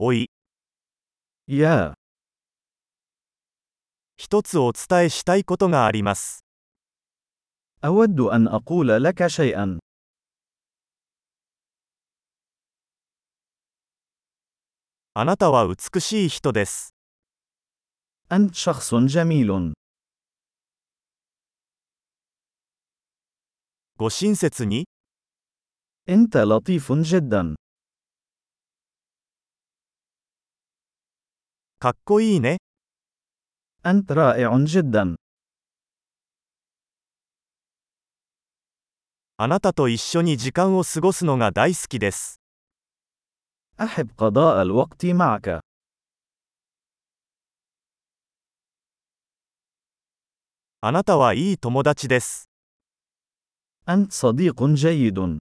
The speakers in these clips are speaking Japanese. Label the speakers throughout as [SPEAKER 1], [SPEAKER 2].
[SPEAKER 1] おい、
[SPEAKER 2] Yeah,
[SPEAKER 1] 一つお伝えしたいことがあります。
[SPEAKER 2] أود أن أقول لك شيئا.
[SPEAKER 1] あなたは美しい人です。
[SPEAKER 2] أنت شخص جميل.
[SPEAKER 1] ご親切に、
[SPEAKER 2] أنت لطيف جدا.
[SPEAKER 1] かっこいいね。
[SPEAKER 2] أنت رائع جدا.
[SPEAKER 1] あなたと一緒に時間を過ごすのが大好きです。
[SPEAKER 2] أحب قضاء الوقت معك.
[SPEAKER 1] あなたはいい友達です。
[SPEAKER 2] أنت صديق جيد.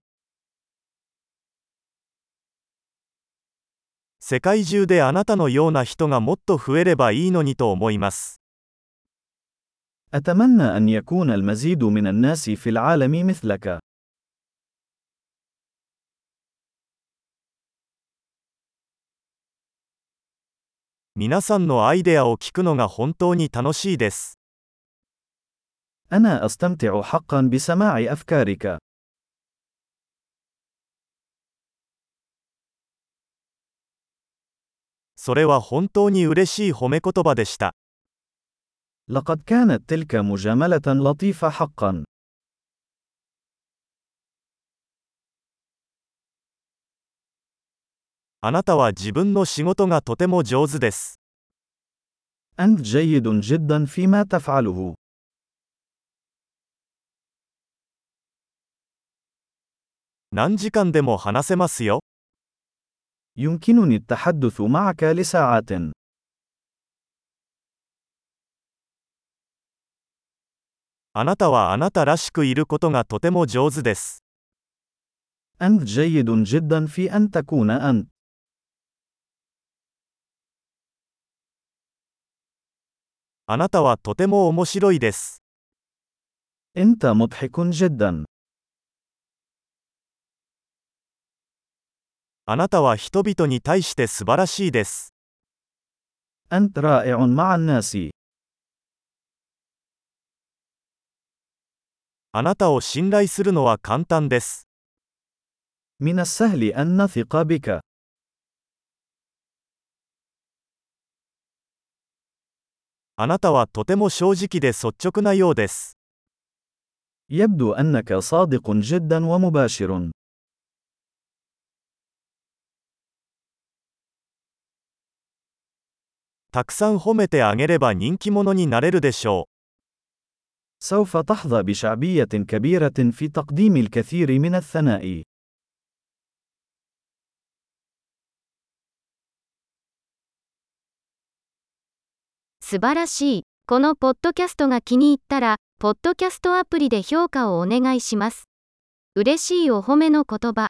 [SPEAKER 1] 世界中であなたのような人がもっと増えればいいのにと思います。
[SPEAKER 2] أتمنى أن يكون المزيد من الناس في العالم مثلك.
[SPEAKER 1] 皆さんのアイデアを聞くのが本当に楽しいです。
[SPEAKER 2] أنا أستمتع حقا بسماع أفكارك.
[SPEAKER 1] それは本当に嬉しい褒め言葉でした。
[SPEAKER 2] لقد كانت تلك مجاملة لطيفة حقا.
[SPEAKER 1] あなたは自分の仕事がとても上手です。
[SPEAKER 2] أنت جيد جدا فيما تفعله.
[SPEAKER 1] 何時間でも話せますよ。
[SPEAKER 2] يمكنني التحدث معك لساعات.
[SPEAKER 1] あなたはあなたらしくいることがとても上手です。
[SPEAKER 2] أنت جيد جدا في أن تكون أنت.
[SPEAKER 1] あなたはとても面白いです。
[SPEAKER 2] أنت مضحك جدا.
[SPEAKER 1] あなたは人々に対して素晴らしいです。
[SPEAKER 2] أنت رائع مع الناس.
[SPEAKER 1] あなたを信頼するのは簡単です。
[SPEAKER 2] من السهل أن نثق بك.
[SPEAKER 1] あなたはとても正直で率直なようです。
[SPEAKER 2] يبدو أنك صادق جدا ومباشر.
[SPEAKER 1] たくさん褒めてあげれば人気者になれるでしょう。
[SPEAKER 2] سوف تحظى بشعبية كبيرة في تقديم الكثير من الثناء.
[SPEAKER 3] 素晴らしい。このポッドキャストが気に入ったら、ポッドキャストアプリで評価をお願いします。嬉しいお褒めの言葉。